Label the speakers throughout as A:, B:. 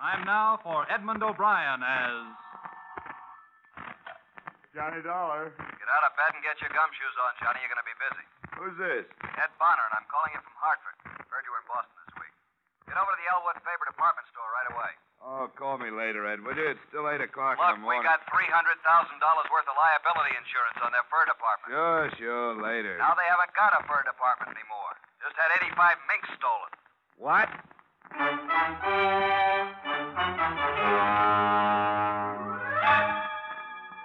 A: Time now for Edmund O'Brien as.
B: Johnny Dollar.
C: Get out of bed and get your gumshoes on, Johnny. You're going to be busy.
B: Who's this?
C: Ed Bonner, and I'm calling you from Hartford. Heard you were in Boston this week. Get over to the Elwood Faber department store right away.
B: Oh, call me later, Ed, will you? It's still 8 o'clock in
C: Look,
B: the
C: we
B: morning.
C: got $300,000 worth of liability insurance on their fur department.
B: Sure, sure, later.
C: Now they haven't got a fur department anymore. Just had 85 minks stolen.
B: What?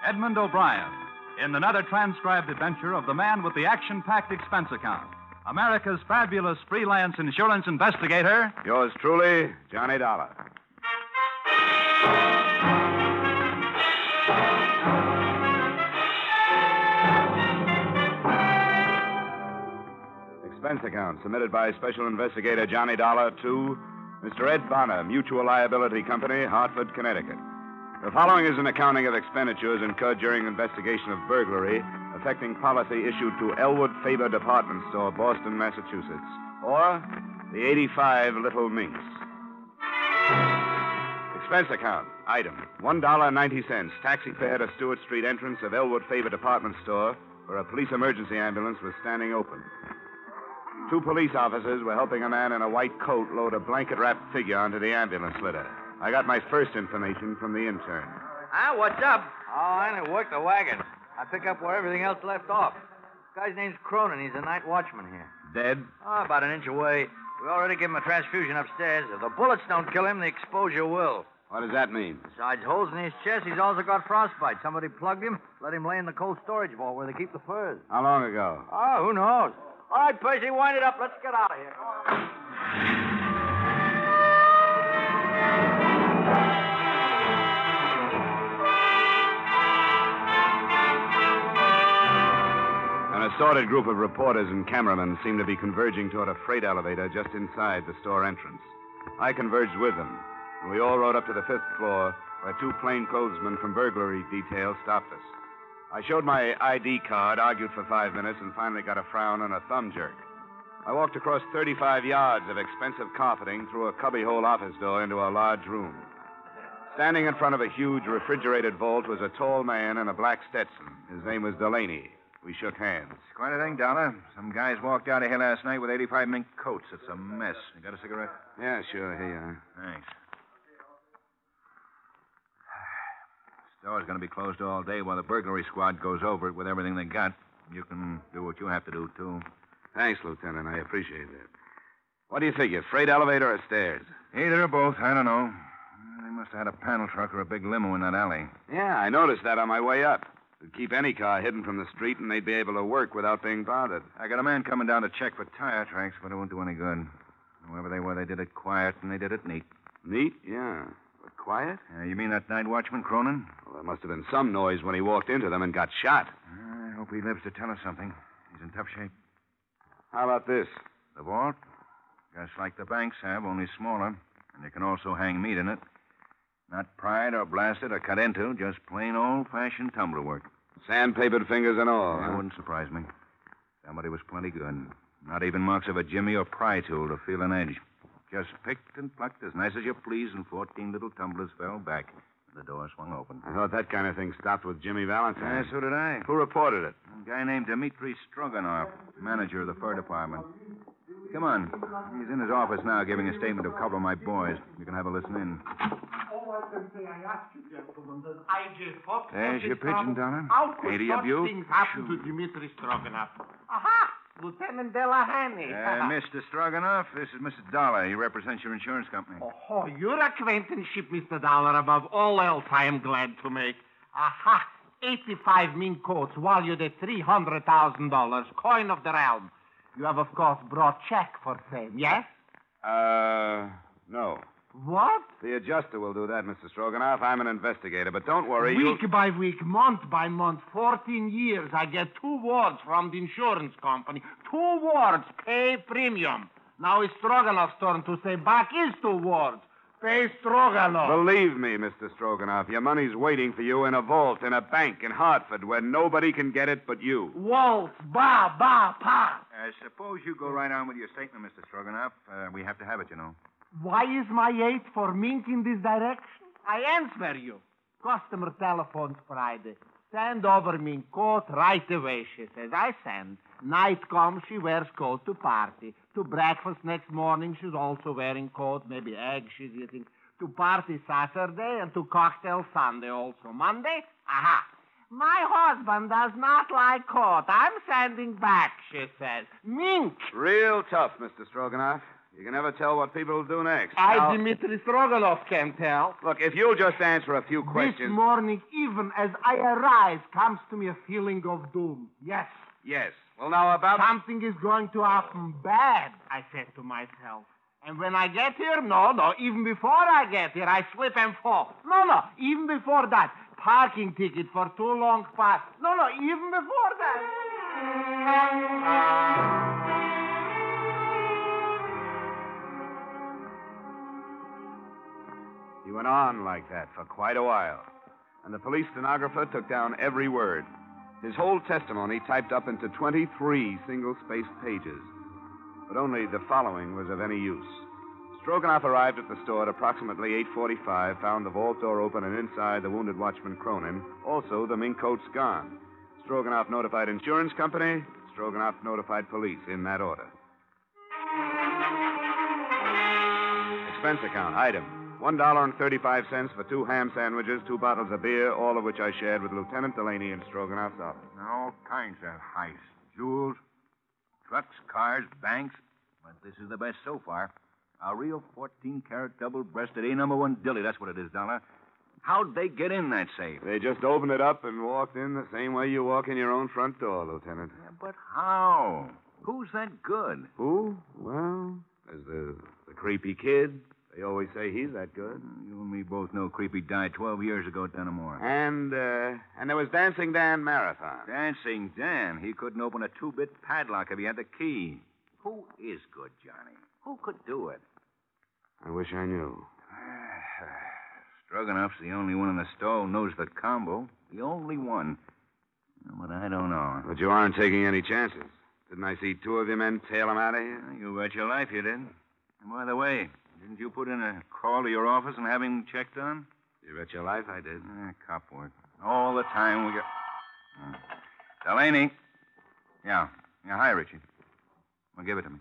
A: Edmund O'Brien in another transcribed adventure of the man with the action packed expense account. America's fabulous freelance insurance investigator.
B: Yours truly, Johnny Dollar. Expense account submitted by Special Investigator Johnny Dollar to Mr. Ed Bonner, Mutual Liability Company, Hartford, Connecticut. The following is an accounting of expenditures incurred during investigation of burglary affecting policy issued to Elwood Faber Department Store, Boston, Massachusetts, or the 85 Little Minks. Expense account. Item $1.90. Taxi fare to Stewart Street entrance of Elwood Faber Department Store, where a police emergency ambulance was standing open. Two police officers were helping a man in a white coat load a blanket wrapped figure onto the ambulance litter. I got my first information from the intern.
D: Huh? What's up? Oh, I didn't work the wagon. I pick up where everything else left off. Guy's name's Cronin. He's a night watchman here.
B: Dead?
D: Oh, about an inch away. We already give him a transfusion upstairs. If the bullets don't kill him, the exposure will.
B: What does that mean?
D: Besides holes in his chest, he's also got frostbite. Somebody plugged him, let him lay in the cold storage vault where they keep the furs.
B: How long ago?
D: Oh, who knows? All right, Percy, wind it up. Let's get out of here.
B: An assorted group of reporters and cameramen seemed to be converging toward a freight elevator just inside the store entrance. I converged with them, and we all rode up to the fifth floor where two plainclothesmen from burglary detail stopped us. I showed my ID card, argued for five minutes, and finally got a frown and a thumb jerk. I walked across 35 yards of expensive carpeting through a cubbyhole office door into a large room. Standing in front of a huge refrigerated vault was a tall man in a black Stetson. His name was Delaney. We shook hands.
E: Quite a thing, Dollar. Some guys walked out of here last night with 85 mink coats. It's a mess. You got a cigarette?
B: Yeah, sure. Here you are.
E: Thanks. Store's going to be closed all day while the burglary squad goes over it with everything they got. You can do what you have to do, too.
B: Thanks, Lieutenant. I appreciate that. What do you figure, freight elevator or stairs?
E: Either or both, I don't know. They must have had a panel truck or a big limo in that alley.
B: Yeah, I noticed that on my way up. It'd keep any car hidden from the street, and they'd be able to work without being bothered.
E: I got a man coming down to check for tire tracks, but it won't do any good. Whoever they were, they did it quiet and they did it neat.
B: Neat, yeah. But quiet?
E: Uh, you mean that night watchman, Cronin?
B: Well, there must have been some noise when he walked into them and got shot.
E: I hope he lives to tell us something. He's in tough shape.
B: How about this?
E: The vault? Just like the banks have, only smaller. And you can also hang meat in it. Not pried or blasted or cut into, just plain old fashioned tumbler work.
B: Sandpapered fingers and all.
E: Oh, That
B: huh?
E: wouldn't surprise me. Somebody was plenty good. Not even marks of a jimmy or pry tool to feel an edge. Just picked and plucked as nice as you please, and 14 little tumblers fell back. The door swung open.
B: I thought that kind of thing stopped with Jimmy Valentine.
E: so did I.
B: Who reported it?
E: A guy named Dmitri Stroganov, manager of the fur department. Come on. He's in his office now giving a statement to a couple of my boys. You can have a listen in.
F: All I can say, I ask you, gentlemen, that I just hope
E: There's your pigeon, Donna.
F: How could
E: Eighty
F: such
E: of you.
F: things happen to Dmitri Stroganoff? Aha! Lieutenant Delahanny.
E: Uh, Mr. Stroganoff, this is Mr. Dollar. He represents your insurance company.
F: Oh, your acquaintanceship, Mr. Dollar, above all else, I am glad to make. Aha! 85 mink coats, valued at $300,000, coin of the realm. You have, of course, brought check for same, yes?
B: Uh, no.
F: What?
B: The adjuster will do that, Mr. Stroganoff. I'm an investigator, but don't worry. you-
F: Week by week, month by month, 14 years, I get two wards from the insurance company. Two wards, pay premium. Now it's Stroganoff's turn to say back is two wards. Pay Stroganoff.
B: Believe me, Mr. Stroganoff, your money's waiting for you in a vault in a bank in Hartford where nobody can get it but you.
F: Waltz, ba, ba, pa.
B: Hmm.
E: Uh, suppose you go right on with your statement, Mr. Stroganoff. Uh, we have to have it, you know.
F: Why is my aid for mink in this direction? I answer you. Customer telephones Friday. Send over mink coat right away, she says. I send. Night comes, she wears coat to party. To breakfast next morning, she's also wearing coat, maybe egg she's eating. To party Saturday and to cocktail Sunday also. Monday? Aha. My husband does not like coat. I'm sending back, she says. Mink!
B: Real tough, Mr. Stroganoff. You can never tell what people will do next.
F: I,
B: Now,
F: Dmitri Stroganov, can tell.
B: Look, if you'll just answer a few
F: This
B: questions.
F: morning, even as I arise, comes to me a feeling of doom. Yes,
B: Yes. Well, now about.
F: something is going to happen bad, I said to myself. And when I get here, no, no, even before I get here, I slip and fall. No, no, even before that, parking ticket for too long past. No, no, even before that.
B: He went on like that for quite a while, and the police stenographer took down every word. His whole testimony typed up into 23 single spaced pages. But only the following was of any use. Stroganoff arrived at the store at approximately 8.45, found the vault door open, and inside the wounded watchman Cronin, also the mink coat's gone. Stroganoff notified insurance company, Stroganoff notified police, in that order. Expense account, item. $1.35 for two ham sandwiches, two bottles of beer, all of which I shared with Lieutenant Delaney in Stroganoff's office.
E: And all kinds of heists. Jewels, trucks, cars, banks. But this is the best so far. A real 14 carat double breasted A number one dilly. That's what it is, Dollar. How'd they get in that safe?
B: They just opened it up and walked in the same way you walk in your own front door, Lieutenant.
E: Yeah, but how? Who's that good?
B: Who? Well, there's the, the creepy kid. They always say he's that good.
E: You and me both know Creepy died 12 years ago at Dunamore.
B: And, uh, and there was Dancing Dan Marathon.
E: Dancing Dan, he couldn't open a two bit padlock if he had the key. Who is good, Johnny? Who could do it?
B: I wish I knew.
E: Stroganoff's the only one in the store who knows the combo. The only one. But I don't know.
B: But you aren't taking any chances. Didn't I see two of your men tail him out of here?
E: You bet your life you did. And by the way, didn't you put in a call to your office and have him checked on?
B: You bet your life I did.
E: Eh, cop work. All the time we got. Hmm. Delaney. Yeah. Yeah, hi, Richie. Well, give it to me.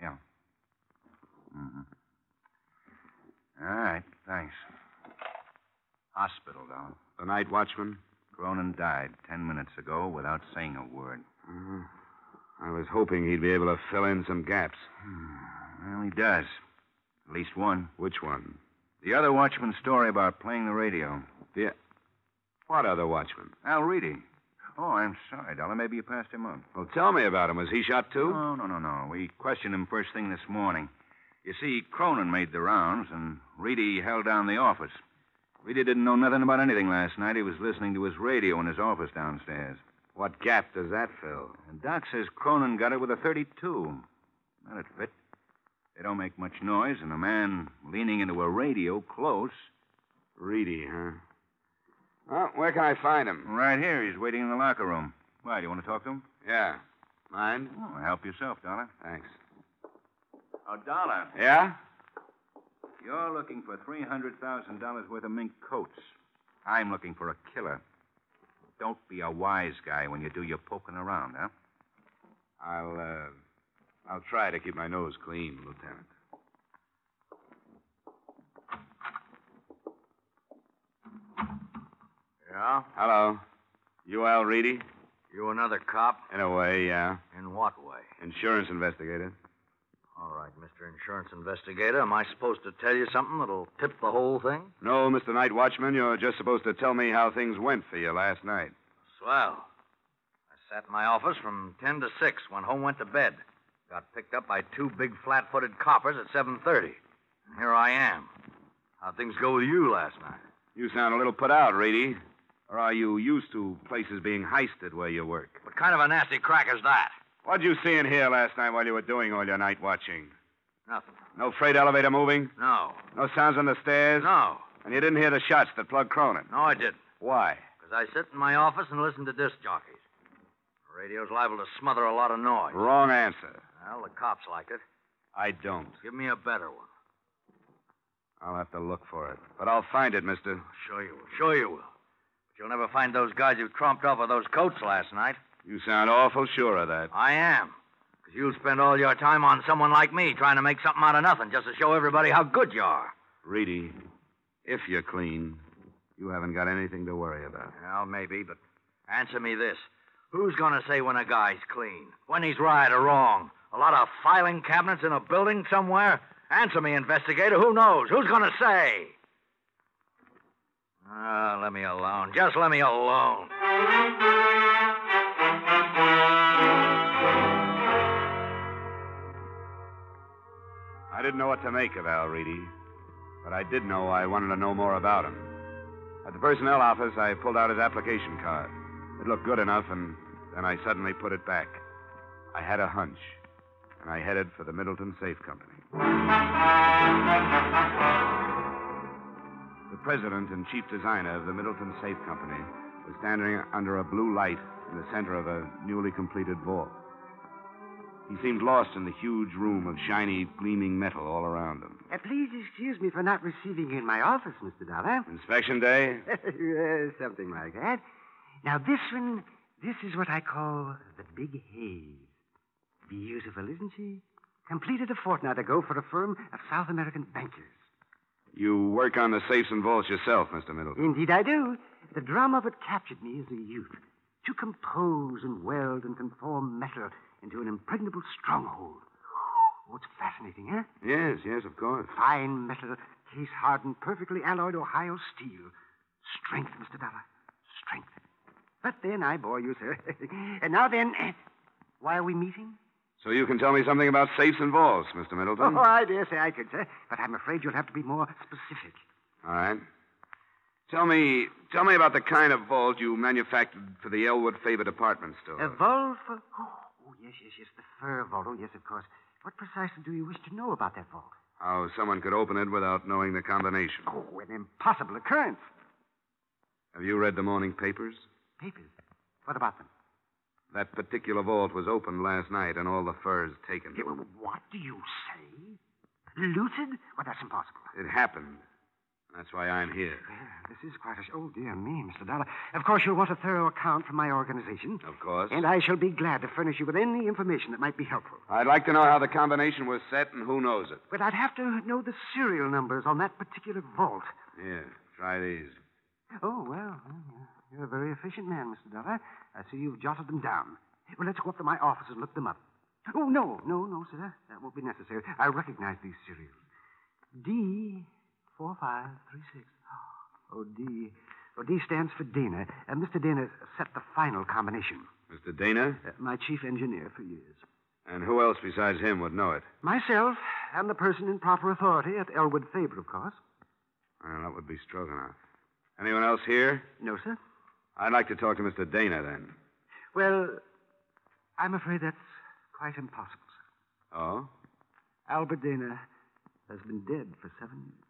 E: Yeah. Mm-hmm. All right, thanks. Hospital, though.
B: The night watchman?
E: Cronin died ten minutes ago without saying a word.
B: Mhm. I was hoping he'd be able to fill in some gaps.
E: Well, he does. At least one.
B: Which one?
E: The other watchman's story about playing the radio.
B: What other watchman?
E: Al Reedy. Oh, I'm sorry, Dollar. Maybe you passed him up.
B: Well, tell me about him. Was he shot too?
E: No, no, no, no. We questioned him first thing this morning. You see, Cronin made the rounds, and Reedy held down the office. Reedy didn't know nothing about anything last night. He was listening to his radio in his office downstairs.
B: What gap does that fill?
E: And Doc says Cronin got it with a 32. That'd fit. They don't make much noise, and a man leaning into a radio close.
B: Reedy, huh? Well, where can I find him?
E: Right here, he's waiting in the locker room. Why, do you want to talk to him?
B: Yeah. Mind?
E: Oh, help yourself, Dollar.
B: Thanks.
E: A dollar.
B: Yeah?
E: You're looking for $300,000 worth of mink coats. I'm looking for a killer. Don't be a wise guy when you do your poking around, huh?
B: I'll, uh, I'll try to keep my nose clean, Lieutenant.
D: Yeah?
B: Hello. You Al Reedy?
D: You another cop?
B: In a way, yeah.
D: In what way?
B: Insurance investigator.
D: All right, Mr. Insurance Investigator. Am I supposed to tell you something that'll tip the whole thing?
B: No, Mr. Night Watchman, you're just supposed to tell me how things went for you last night.
D: Swell. I sat in my office from 10 to 6, went home, went to bed. Got picked up by two big flat-footed coppers at 7.30. And here I am. How'd things go with you last night?
B: You sound a little put out, Reedy. Or are you used to places being heisted where you work?
D: What kind of a nasty crack is that?
B: What'd you see in here last night while you were doing all your night watching?
D: Nothing.
B: No freight elevator moving?
D: No.
B: No sounds on the stairs?
D: No.
B: And you didn't hear the shots that plugged Cronin?
D: No, I didn't.
B: Why?
D: Because I sit in my office and listen to disc jockeys. The radio's liable to smother a lot of noise.
B: Wrong answer.
D: Well, the cops like it.
B: I don't.
D: Give me a better one.
B: I'll have to look for it. But I'll find it, mister.
D: Sure you will. Sure you will. But you'll never find those guys who tromped off with those coats last night.
B: You sound awful sure of that.
D: I am. Because you'll spend all your time on someone like me trying to make something out of nothing just to show everybody how good you are.
B: Reedy, if you're clean, you haven't got anything to worry about.
D: Well, maybe, but answer me this. Who's going to say when a guy's clean? When he's right or wrong? A lot of filing cabinets in a building somewhere? Answer me, investigator. Who knows? Who's going to say? Ah, let me alone. Just let me alone.
B: I didn't know what to make of Al Reedy, but I did know I wanted to know more about him. At the personnel office, I pulled out his application card. It looked good enough, and then I suddenly put it back. I had a hunch, and I headed for the Middleton Safe Company. The president and chief designer of the Middleton Safe Company was standing under a blue light in the center of a newly completed vault. He seemed lost in the huge room of shiny, gleaming metal all around him.
F: Uh, please excuse me for not receiving you in my office, Mr. Dollar.
B: Inspection day?
F: Uh, Something like that. Now, this one, this is what I call the Big Haze. Beautiful, isn't she? Completed a fortnight ago for a firm of South American bankers.
B: You work on the safes and vaults yourself, Mr. Middleton.
F: Indeed, I do. The drama of it captured me as a youth. To compose and weld and conform metal into an impregnable stronghold. Oh, it's fascinating, eh?
B: Yes, yes, of course.
F: Fine metal, case hardened, perfectly alloyed Ohio steel. Strength, Mr. Dollar. Strength. But then I bore you, sir. and now then, eh, why are we meeting?
B: So you can tell me something about safes and vaults, Mr. Middleton.
F: Oh, I dare say I could, sir. But I'm afraid you'll have to be more specific.
B: All right. Tell me, tell me about the kind of vault you manufactured for the Elwood Faber department store.
F: A vault for. Oh, yes, yes, yes. The fur vault. Oh, yes, of course. What precisely do you wish to know about that vault?
B: How someone could open it without knowing the combination.
F: Oh, an impossible occurrence.
B: Have you read the morning papers?
F: Papers? What about them?
B: That particular vault was opened last night and all the furs taken.
F: Yeah, well, What do you say? Looted? Well, that's impossible.
B: It happened. That's why I'm here.
F: Well, this is quite a. sh- Oh, dear me, Mr. Dollar. Of course, you'll want a thorough account from my organization.
B: Of course.
F: And I shall be glad to furnish you with any information that might be helpful.
B: I'd like to know how the combination was set and who knows it.
F: But I'd have to know the serial numbers on that particular vault.
B: Here, try these.
F: Oh, well, well, you're a very efficient man, Mr. Dollar. I see you've jotted them down. Well, let's go up to my office and look them up. Oh, no, no, no, sir. That won't be necessary. I recognize these serials. D4536. Oh, D. Oh, D stands for Dana. Uh, Mr. Dana set the final combination.
B: Mr. Dana?
F: Uh, my chief engineer for years.
B: And who else besides him would know it?
F: Myself and the person in proper authority at Elwood Faber, of course.
B: Well, that would be Stroganoff. Anyone else here?
F: No, sir.
B: I'd like to talk to Mr. Dana then.
F: Well, I'm afraid that's quite impossible, sir.
B: Oh?
F: Albert Dana has been dead for seven years.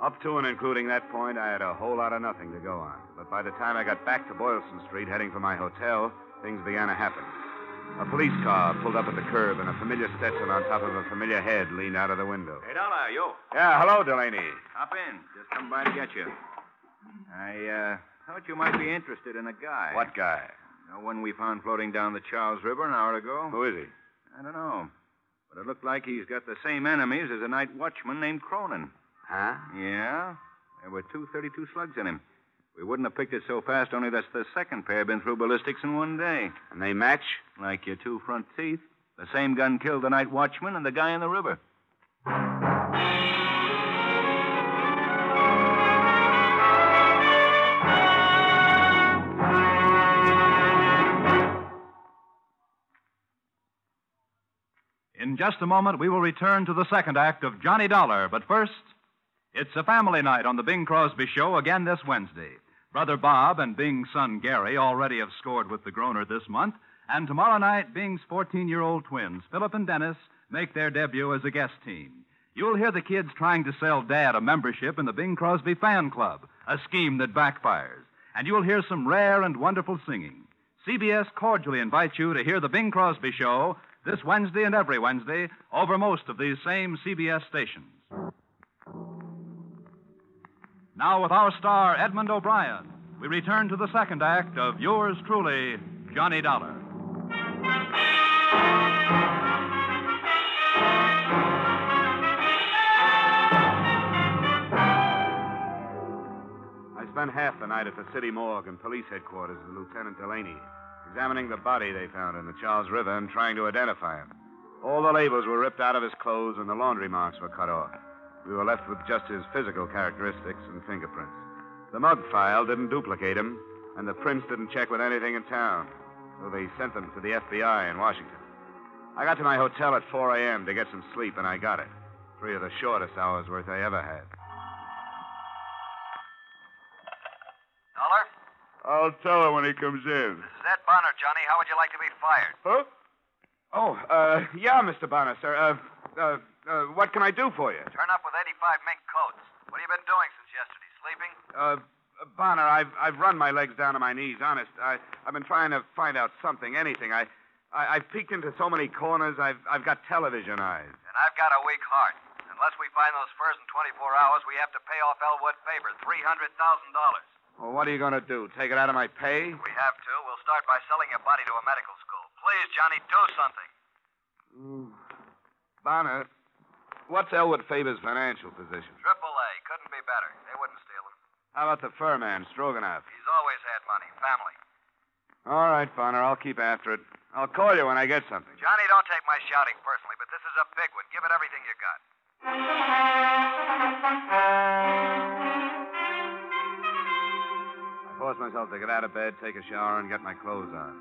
B: Up to and including that point, I had a whole lot of nothing to go on. But by the time I got back to Boylston Street, heading for my hotel, things began to happen. A police car pulled up at the curb, and a familiar Stetson on top of a familiar head leaned out of the window.
G: Hey, Dollar, yo.
B: Yeah, hello, Delaney.
G: Hop in. Just come by to get you. I, uh, thought you might be interested in a guy.
B: What guy?
G: The one we found floating down the Charles River an hour ago.
B: Who is he?
G: I don't know. But it looked like he's got the same enemies as a night watchman named Cronin.
B: Huh?
G: Yeah? There were two 32 slugs in him. We wouldn't have picked it so fast, only that's the second pair been through ballistics in one day.
B: And they match?
G: Like your two front teeth. The same gun killed the night watchman and the guy in the river.
H: In just a moment, we will return to the second act of Johnny Dollar. But first, it's a family night on the Bing Crosby Show again this Wednesday. Brother Bob and Bing's son Gary already have scored with the Groner this month, and tomorrow night, Bing's 14 year old twins, Philip and Dennis, make their debut as a guest team. You'll hear the kids trying to sell Dad a membership in the Bing Crosby Fan Club, a scheme that backfires. And you'll hear some rare and wonderful singing.
A: CBS cordially invites you to hear The Bing Crosby Show this Wednesday and every Wednesday over most of these same CBS stations. Now, with our star, Edmund O'Brien, we return to the second act of yours truly, Johnny Dollar.
B: I spent half the night at the city morgue and police headquarters with Lieutenant Delaney, examining the body they found in the Charles River and trying to identify him. All the labels were ripped out of his clothes and the laundry marks were cut off. We were left with just his physical characteristics and fingerprints. The mug file didn't duplicate him, and the prints didn't check with anything in town, so they sent them to the FBI in Washington. I got to my hotel at 4 a.m. to get some sleep, and I got it. Three of the shortest hours' worth I ever had.
C: Dollar?
B: I'll tell her when he comes in.
C: This is Ed Bonner, Johnny. How would you like to be fired?
B: Huh? Oh, uh, yeah, Mr. Bonner, sir. Uh, uh, uh, what can I do for you?
C: Turn up with 85 mink coats. What have you been doing since yesterday? Sleeping?
B: Uh, Bonner, I've, I've run my legs down to my knees, honest. I, I've been trying to find out something, anything. I, I, I've peeked into so many corners, I've, I've got television eyes.
C: And I've got a weak heart. Unless we find those furs in 24 hours, we have to pay off Elwood Faber $300,000.
B: Well, what are you going to do? Take it out of my pay?
C: We have to. We'll start by selling your body to a medical school. Please, Johnny, do something.
B: Bonner, what's Elwood Faber's financial position?
C: Triple A. Couldn't be better. They wouldn't steal him.
B: How about the fur man, Stroganoff?
C: He's always had money, family.
B: All right, Bonner, I'll keep after it. I'll call you when I get something.
C: Johnny, don't take my shouting personally, but this is a big one. Give it everything you got.
B: I forced myself to get out of bed, take a shower, and get my clothes on.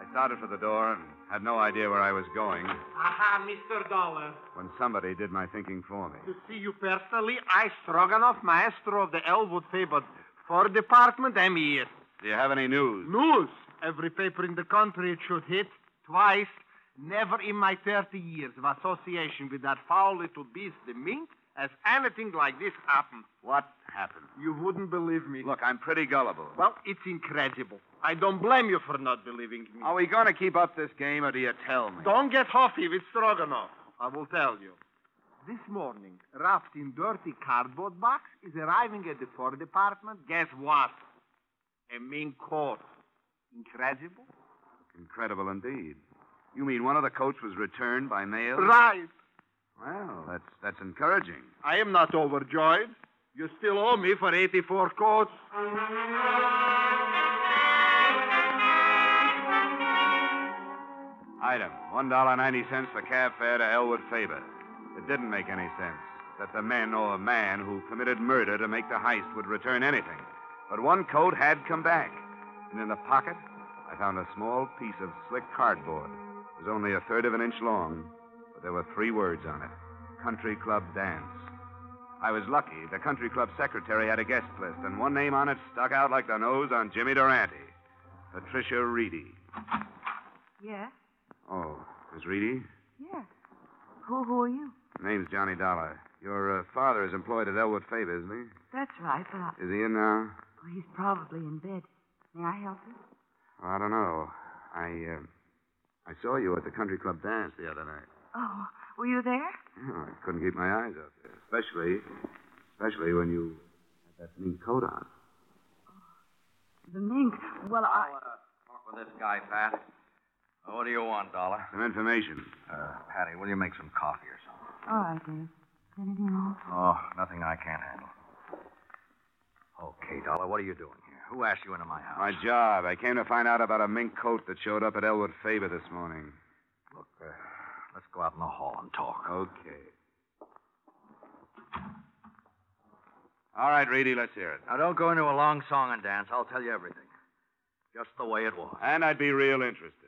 B: I started for the door and had no idea where I was going
F: Aha, Mr. Dollar.
B: when somebody did my thinking for me.
F: To see you personally, I, Stroganoff, maestro of the Elwood favored Fur Department, E am here.
B: Do you have any news?
F: News. Every paper in the country it should hit twice. Never in my 30 years of association with that foul little beast, the mink, has anything like this happened.
B: What happened?
F: You wouldn't believe me.
B: Look, I'm pretty gullible.
F: Well, it's incredible. I don't blame you for not believing me.
B: Are we going to keep up this game, or do you tell me?
F: Don't get huffy with Stroganoff. I will tell you. This morning, wrapped in dirty cardboard box, is arriving at the Ford department. Guess what? A mink coat. Incredible?
B: Incredible indeed. You mean one of the coats was returned by mail?
F: Right.
B: Well, that's that's encouraging.
F: I am not overjoyed. You still owe me for 84 coats.
B: Item one dollar ninety cents for cab fare to Elwood Faber. It didn't make any sense that the men or man who committed murder to make the heist would return anything. But one coat had come back, and in the pocket, I found a small piece of slick cardboard. It was only a third of an inch long, but there were three words on it: Country Club Dance. I was lucky. The country club secretary had a guest list, and one name on it stuck out like the nose on Jimmy Durante: Patricia Reedy.
I: Yes,
B: Oh, Miss Reedy?
I: yes. Who, who are you?
B: Name's Johnny Dollar. Your uh, father is employed at Elwood Faber, isn't
I: That's right, but I,
B: he? Is he in now?
I: well, he's probably in bed. May I help you?
B: I don't know. I uh, I saw you at the country club dance the other night.
I: Oh, were you there?
B: Oh, I couldn't keep my eyes off you, especially especially when you had that mean coat on.
I: The mink. Well, I.
D: I'll, uh, talk with this guy, Pat. Uh, What do you want, Dollar?
B: Some information.
D: Uh, Patty, will you make some coffee or something?
I: All right, Dave. Anything wrong?
D: Oh, nothing I can't handle. Okay, Dollar, what are you doing here? Who asked you into my house?
B: My job. I came to find out about a mink coat that showed up at Elwood Faber this morning.
D: Look, uh, let's go out in the hall and talk.
B: Okay. All right, Reedy, let's hear it.
D: Now, don't go into a long song and dance. I'll tell you everything. Just the way it was.
B: And I'd be real interested.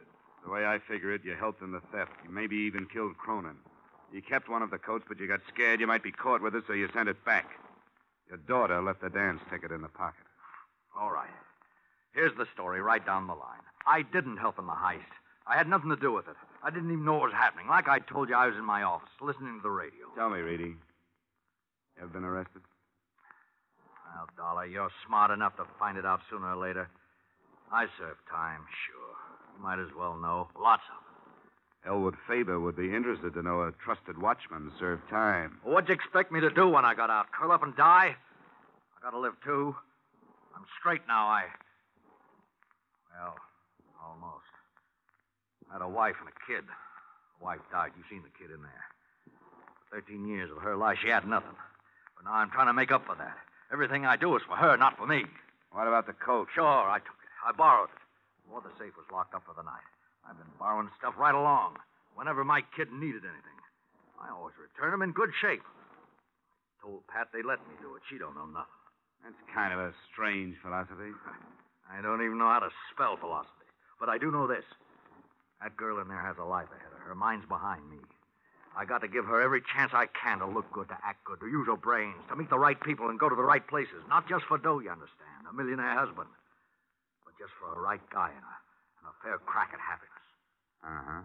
B: The way I figure it, you helped in the theft. You maybe even killed Cronin. You kept one of the coats, but you got scared you might be caught with it, so you sent it back. Your daughter left the dance ticket in the pocket.
D: All right. Here's the story right down the line. I didn't help in the heist. I had nothing to do with it. I didn't even know what was happening. Like I told you, I was in my office listening to the radio.
B: Tell me, Reedy. You ever been arrested?
D: Well, Dollar, you're smart enough to find it out sooner or later. I served time, sure. Might as well know. Lots of them.
B: Elwood Faber would be interested to know a trusted watchman served time.
D: Well, what'd you expect me to do when I got out? Curl up and die? I gotta live too. I'm straight now. I. Well, almost. I had a wife and a kid. The wife died. You've seen the kid in there. Thirteen years of her life, she had nothing. But now I'm trying to make up for that. Everything I do is for her, not for me.
B: What about the coat?
D: Oh, Sure, I took it. I borrowed it. Before the safe was locked up for the night. I've been borrowing stuff right along. Whenever my kid needed anything, I always return them in good shape. Told Pat they let me do it. She don't know nothing.
B: That's kind of a strange philosophy.
D: I don't even know how to spell philosophy. But I do know this. That girl in there has a life ahead of her. Mine's behind me. I got to give her every chance I can to look good, to act good, to use her brains, to meet the right people and go to the right places. Not just for dough, you understand, a millionaire husband, but just for a right guy and a, and a fair crack at happiness.
B: Uh-huh.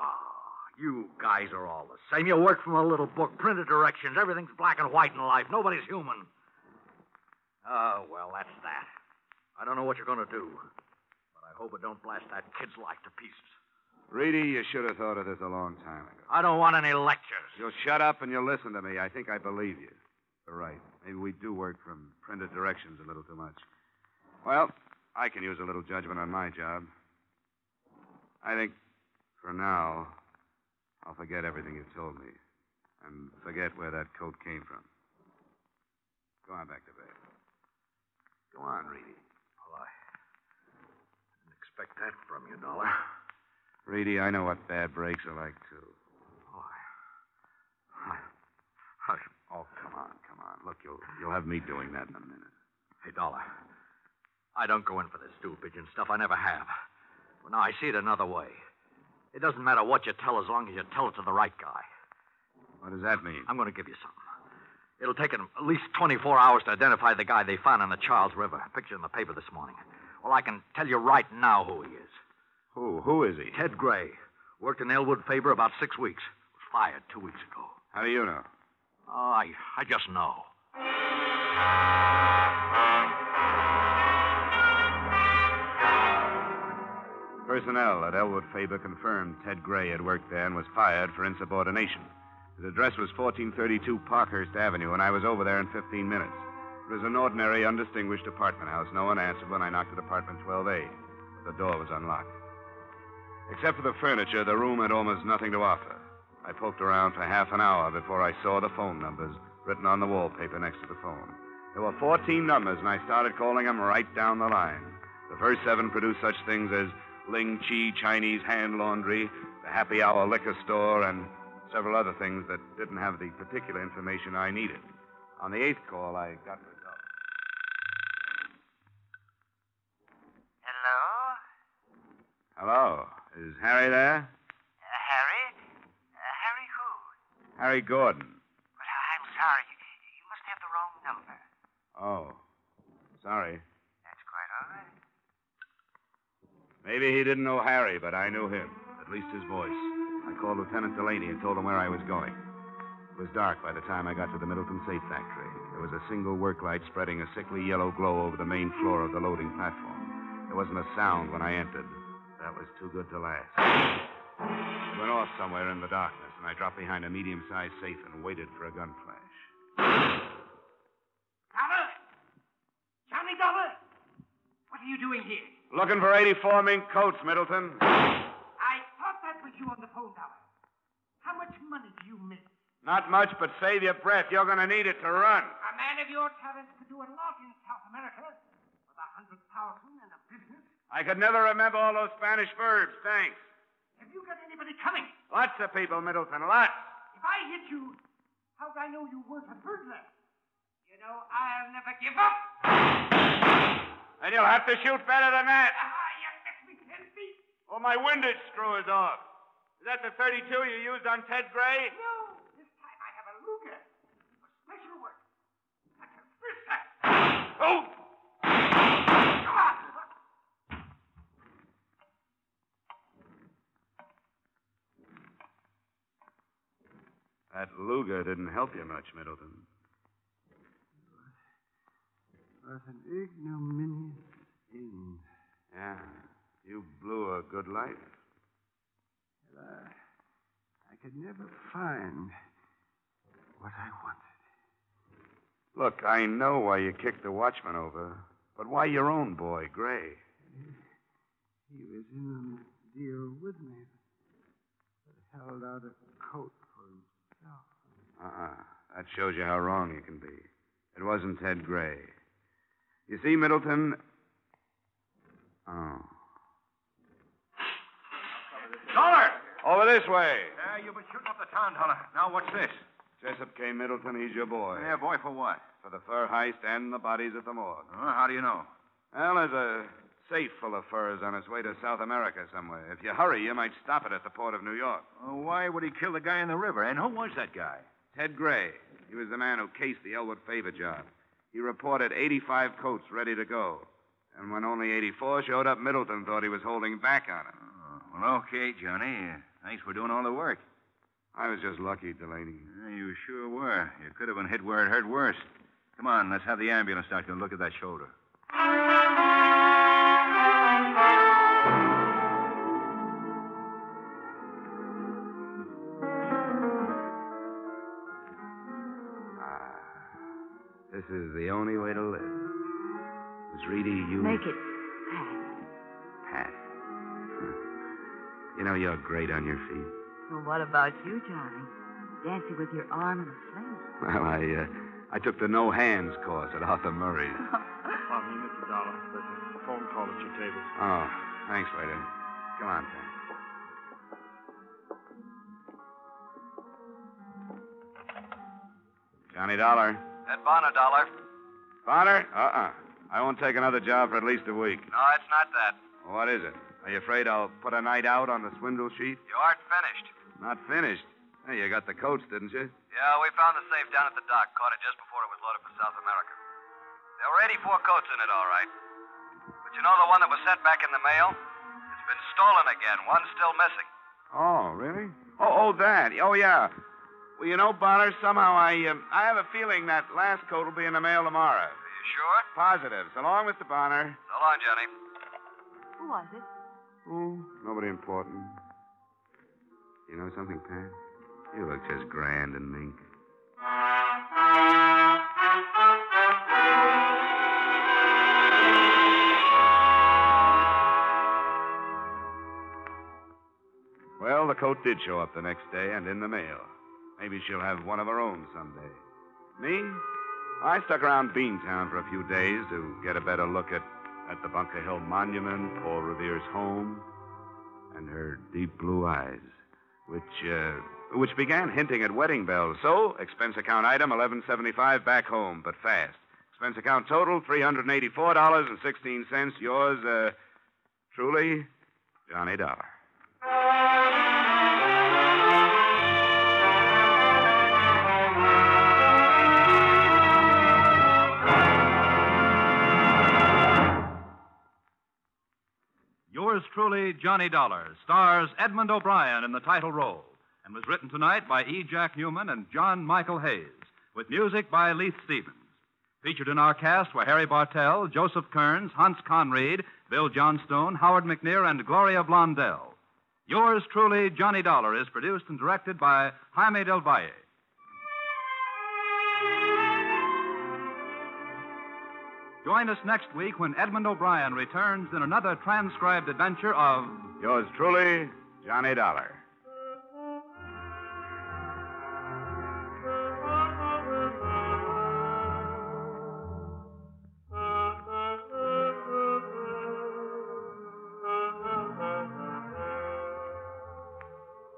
D: Oh, you guys are all the same. You work from a little book, printed directions. Everything's black and white in life. Nobody's human. Oh, well, that's that. I don't know what you're going to do, but I hope it don't blast that kid's life to pieces.
B: Reedy, you should have thought of this a long time ago.
D: I don't want any lectures.
B: You'll shut up and you'll listen to me. I think I believe you. All right. Maybe we do work from printed directions a little too much. Well, I can use a little judgment on my job. I think for now, I'll forget everything you've told me and forget where that coat came from. Go on back to bed. Go on, Reedy.
D: Well, I didn't expect that from you, Dollar.
B: Reedy, I know what bad breaks are like, too.
D: Oh, I- I- I-
B: Oh, come on, come on. Look, you'll, you'll have me doing that in a minute.
D: Hey, Dollar. I don't go in for this stool pigeon stuff. I never have. Well, now I see it another way. It doesn't matter what you tell as long as you tell it to the right guy.
B: What does that mean?
D: I'm going to give you something. It'll take 'em at least 24 hours to identify the guy they found in the Charles River. Picture in the paper this morning. Well, I can tell you right now who he is.
B: Who? Who is he?
D: Ted Gray. Worked in Elwood Faber about six weeks. Was fired two weeks ago.
B: How do you know?
D: Oh, I, I just know.
B: Personnel at Elwood Faber confirmed Ted Gray had worked there and was fired for insubordination. His address was 1432 Parkhurst Avenue, and I was over there in 15 minutes. It was an ordinary, undistinguished apartment house. No one answered when I knocked at apartment 12A, but the door was unlocked. Except for the furniture, the room had almost nothing to offer. I poked around for half an hour before I saw the phone numbers written on the wallpaper next to the phone. There were 14 numbers, and I started calling them right down the line. The first seven produced such things as Ling Chi Chinese Hand Laundry, the Happy Hour Liquor Store, and several other things that didn't have the particular information I needed. On the eighth call, I got results.
C: Hello?
B: Hello, is Harry there?
C: Uh, Harry? Uh, Harry who?
B: Harry Gordon.
C: But I- I'm sorry. You, you must have the wrong number.
B: Oh, sorry.
C: That's quite all right.
B: Maybe he didn't know Harry, but I knew him, at least his voice. I called Lieutenant Delaney and told him where I was going. It was dark by the time I got to the Middleton Safe Factory. There was a single work light spreading a sickly yellow glow over the main floor of the loading platform. There wasn't a sound when I entered. That was too good to last. It went off somewhere in the darkness, and I dropped behind a medium sized safe and waited for a gun flash.
F: Dollar! Johnny Dollar! What are you doing here?
B: Looking for 84 mink coats, Middleton.
F: I thought that was you on the phone, Dollar. How much money do you make?
B: Not much, but save your breath. You're going to need it to run.
F: A man of your talents could do a lot in South America with a hundred thousand and a business.
B: I could never remember all those Spanish verbs. Thanks.
F: Have you got anybody coming?
B: Lots of people, Middleton. Lots.
F: If I hit you, how'd I know you weren't a burglar? You know, I'll never give up.
B: And you'll have to shoot better than that.
F: Ah, you left me ten feet.
B: Or my windage screw is off. Is that the 32 you used on Ted Gray?
F: No, this time I have a Luger. For special work. Like a fist.
B: Oh!
F: Come on.
B: That Luger didn't help you much, Middleton.
J: What an ignominious end.
B: Yeah. You blew a good life.
J: And I, I could never find what I wanted.
B: Look, I know why you kicked the watchman over, but why your own boy, Gray?
J: He was in on the deal with me, but held out a coat for himself.
B: Uh-uh. That shows you how wrong you can be. It wasn't Ted Gray. You see, Middleton. Oh.
A: Dollar!
B: Over this way.
A: Yeah, you've been shooting up the town, Dollar. Now what's this?
B: Jessup K. Middleton, he's your boy.
A: Yeah, boy, for what?
B: For the fur heist and the bodies at the morgue.
A: Huh? how do you know?
B: Well, there's a safe full of furs on its way to South America somewhere. If you hurry, you might stop it at the port of New York.
E: Oh, why would he kill the guy in the river? And who was that guy?
B: Ted Gray. He was the man who cased the Elwood favor job. He reported 85 coats ready to go. And when only 84 showed up, Middleton thought he was holding back on it.
E: Oh, well, okay, Johnny. Uh, Thanks for doing all the work.
B: I was just lucky, Delaney.
E: Yeah, you sure were. You could have been hit where it hurt worse. Come on, let's have the ambulance doctor look at that shoulder.
B: Ah, This is the only way to live. Miss Reedy, you.
I: Make it fast.
B: Pat. Hmm. You know, you're great on your feet.
I: Well, what about you, Johnny? Dancing with your arm in a sling.
B: Well, I, uh, I took the no hands course at Arthur Murray's.
K: Pardon me, Mr. Dollar. There's a phone call at your table.
B: Oh, thanks, waiter. Come on, Pat. Johnny Dollar.
C: Ted Bonner, Dollar.
B: Bonner? Uh-uh. I won't take another job for at least a week.
C: No, it's not that.
B: What is it? Are you afraid I'll put a night out on the swindle sheet?
C: You aren't finished.
B: Not finished. Hey, you got the coats, didn't you?
C: Yeah, we found the safe down at the dock. Caught it just before it was loaded for South America. There were 84 coats in it, all right. But you know the one that was sent back in the mail? It's been stolen again. One's still missing.
B: Oh, really? Oh, oh, that. Oh, yeah. Well, you know, Bonner, somehow I, um, I have a feeling that last coat will be in the mail tomorrow.
C: Are you sure?
B: Positive. So long, Mr. Bonner.
C: So long, Johnny.
I: Who was it?
B: Oh, nobody important. You know something, Pat? You look just grand and mink. Well, the coat did show up the next day and in the mail. Maybe she'll have one of her own someday. Me? I stuck around Beantown for a few days to get a better look at, at the Bunker Hill Monument, Paul Revere's home, and her deep blue eyes, which, uh, which began hinting at wedding bells. So, expense account item 1175 back home, but fast. Expense account total $384.16. Yours, uh, truly, Johnny Dollar.
A: Yours truly, Johnny Dollar, stars Edmund O'Brien in the title role, and was written tonight by E. Jack Newman and John Michael Hayes, with music by Leith Stevens. Featured in our cast were Harry Bartell, Joseph Kearns, Hans Conried, Bill Johnstone, Howard McNear, and Gloria Blondell. Yours truly, Johnny Dollar, is produced and directed by Jaime Del Valle. Join us next week when Edmund O'Brien returns in another transcribed adventure of.
B: Yours truly, Johnny Dollar.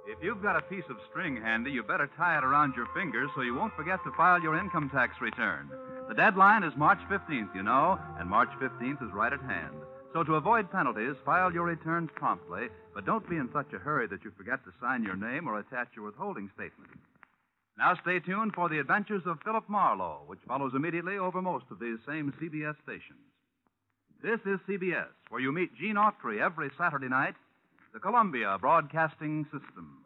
A: If you've got a piece of string handy, you better tie it around your finger so you won't forget to file your income tax return. The deadline is March 15th, you know, and March 15th is right at hand. So to avoid penalties, file your returns promptly, but don't be in such a hurry that you forget to sign your name or attach your withholding statement. Now stay tuned for the adventures of Philip Marlowe, which follows immediately over most of these same CBS stations. This is CBS, where you meet Gene Autry every Saturday night, the Columbia Broadcasting System.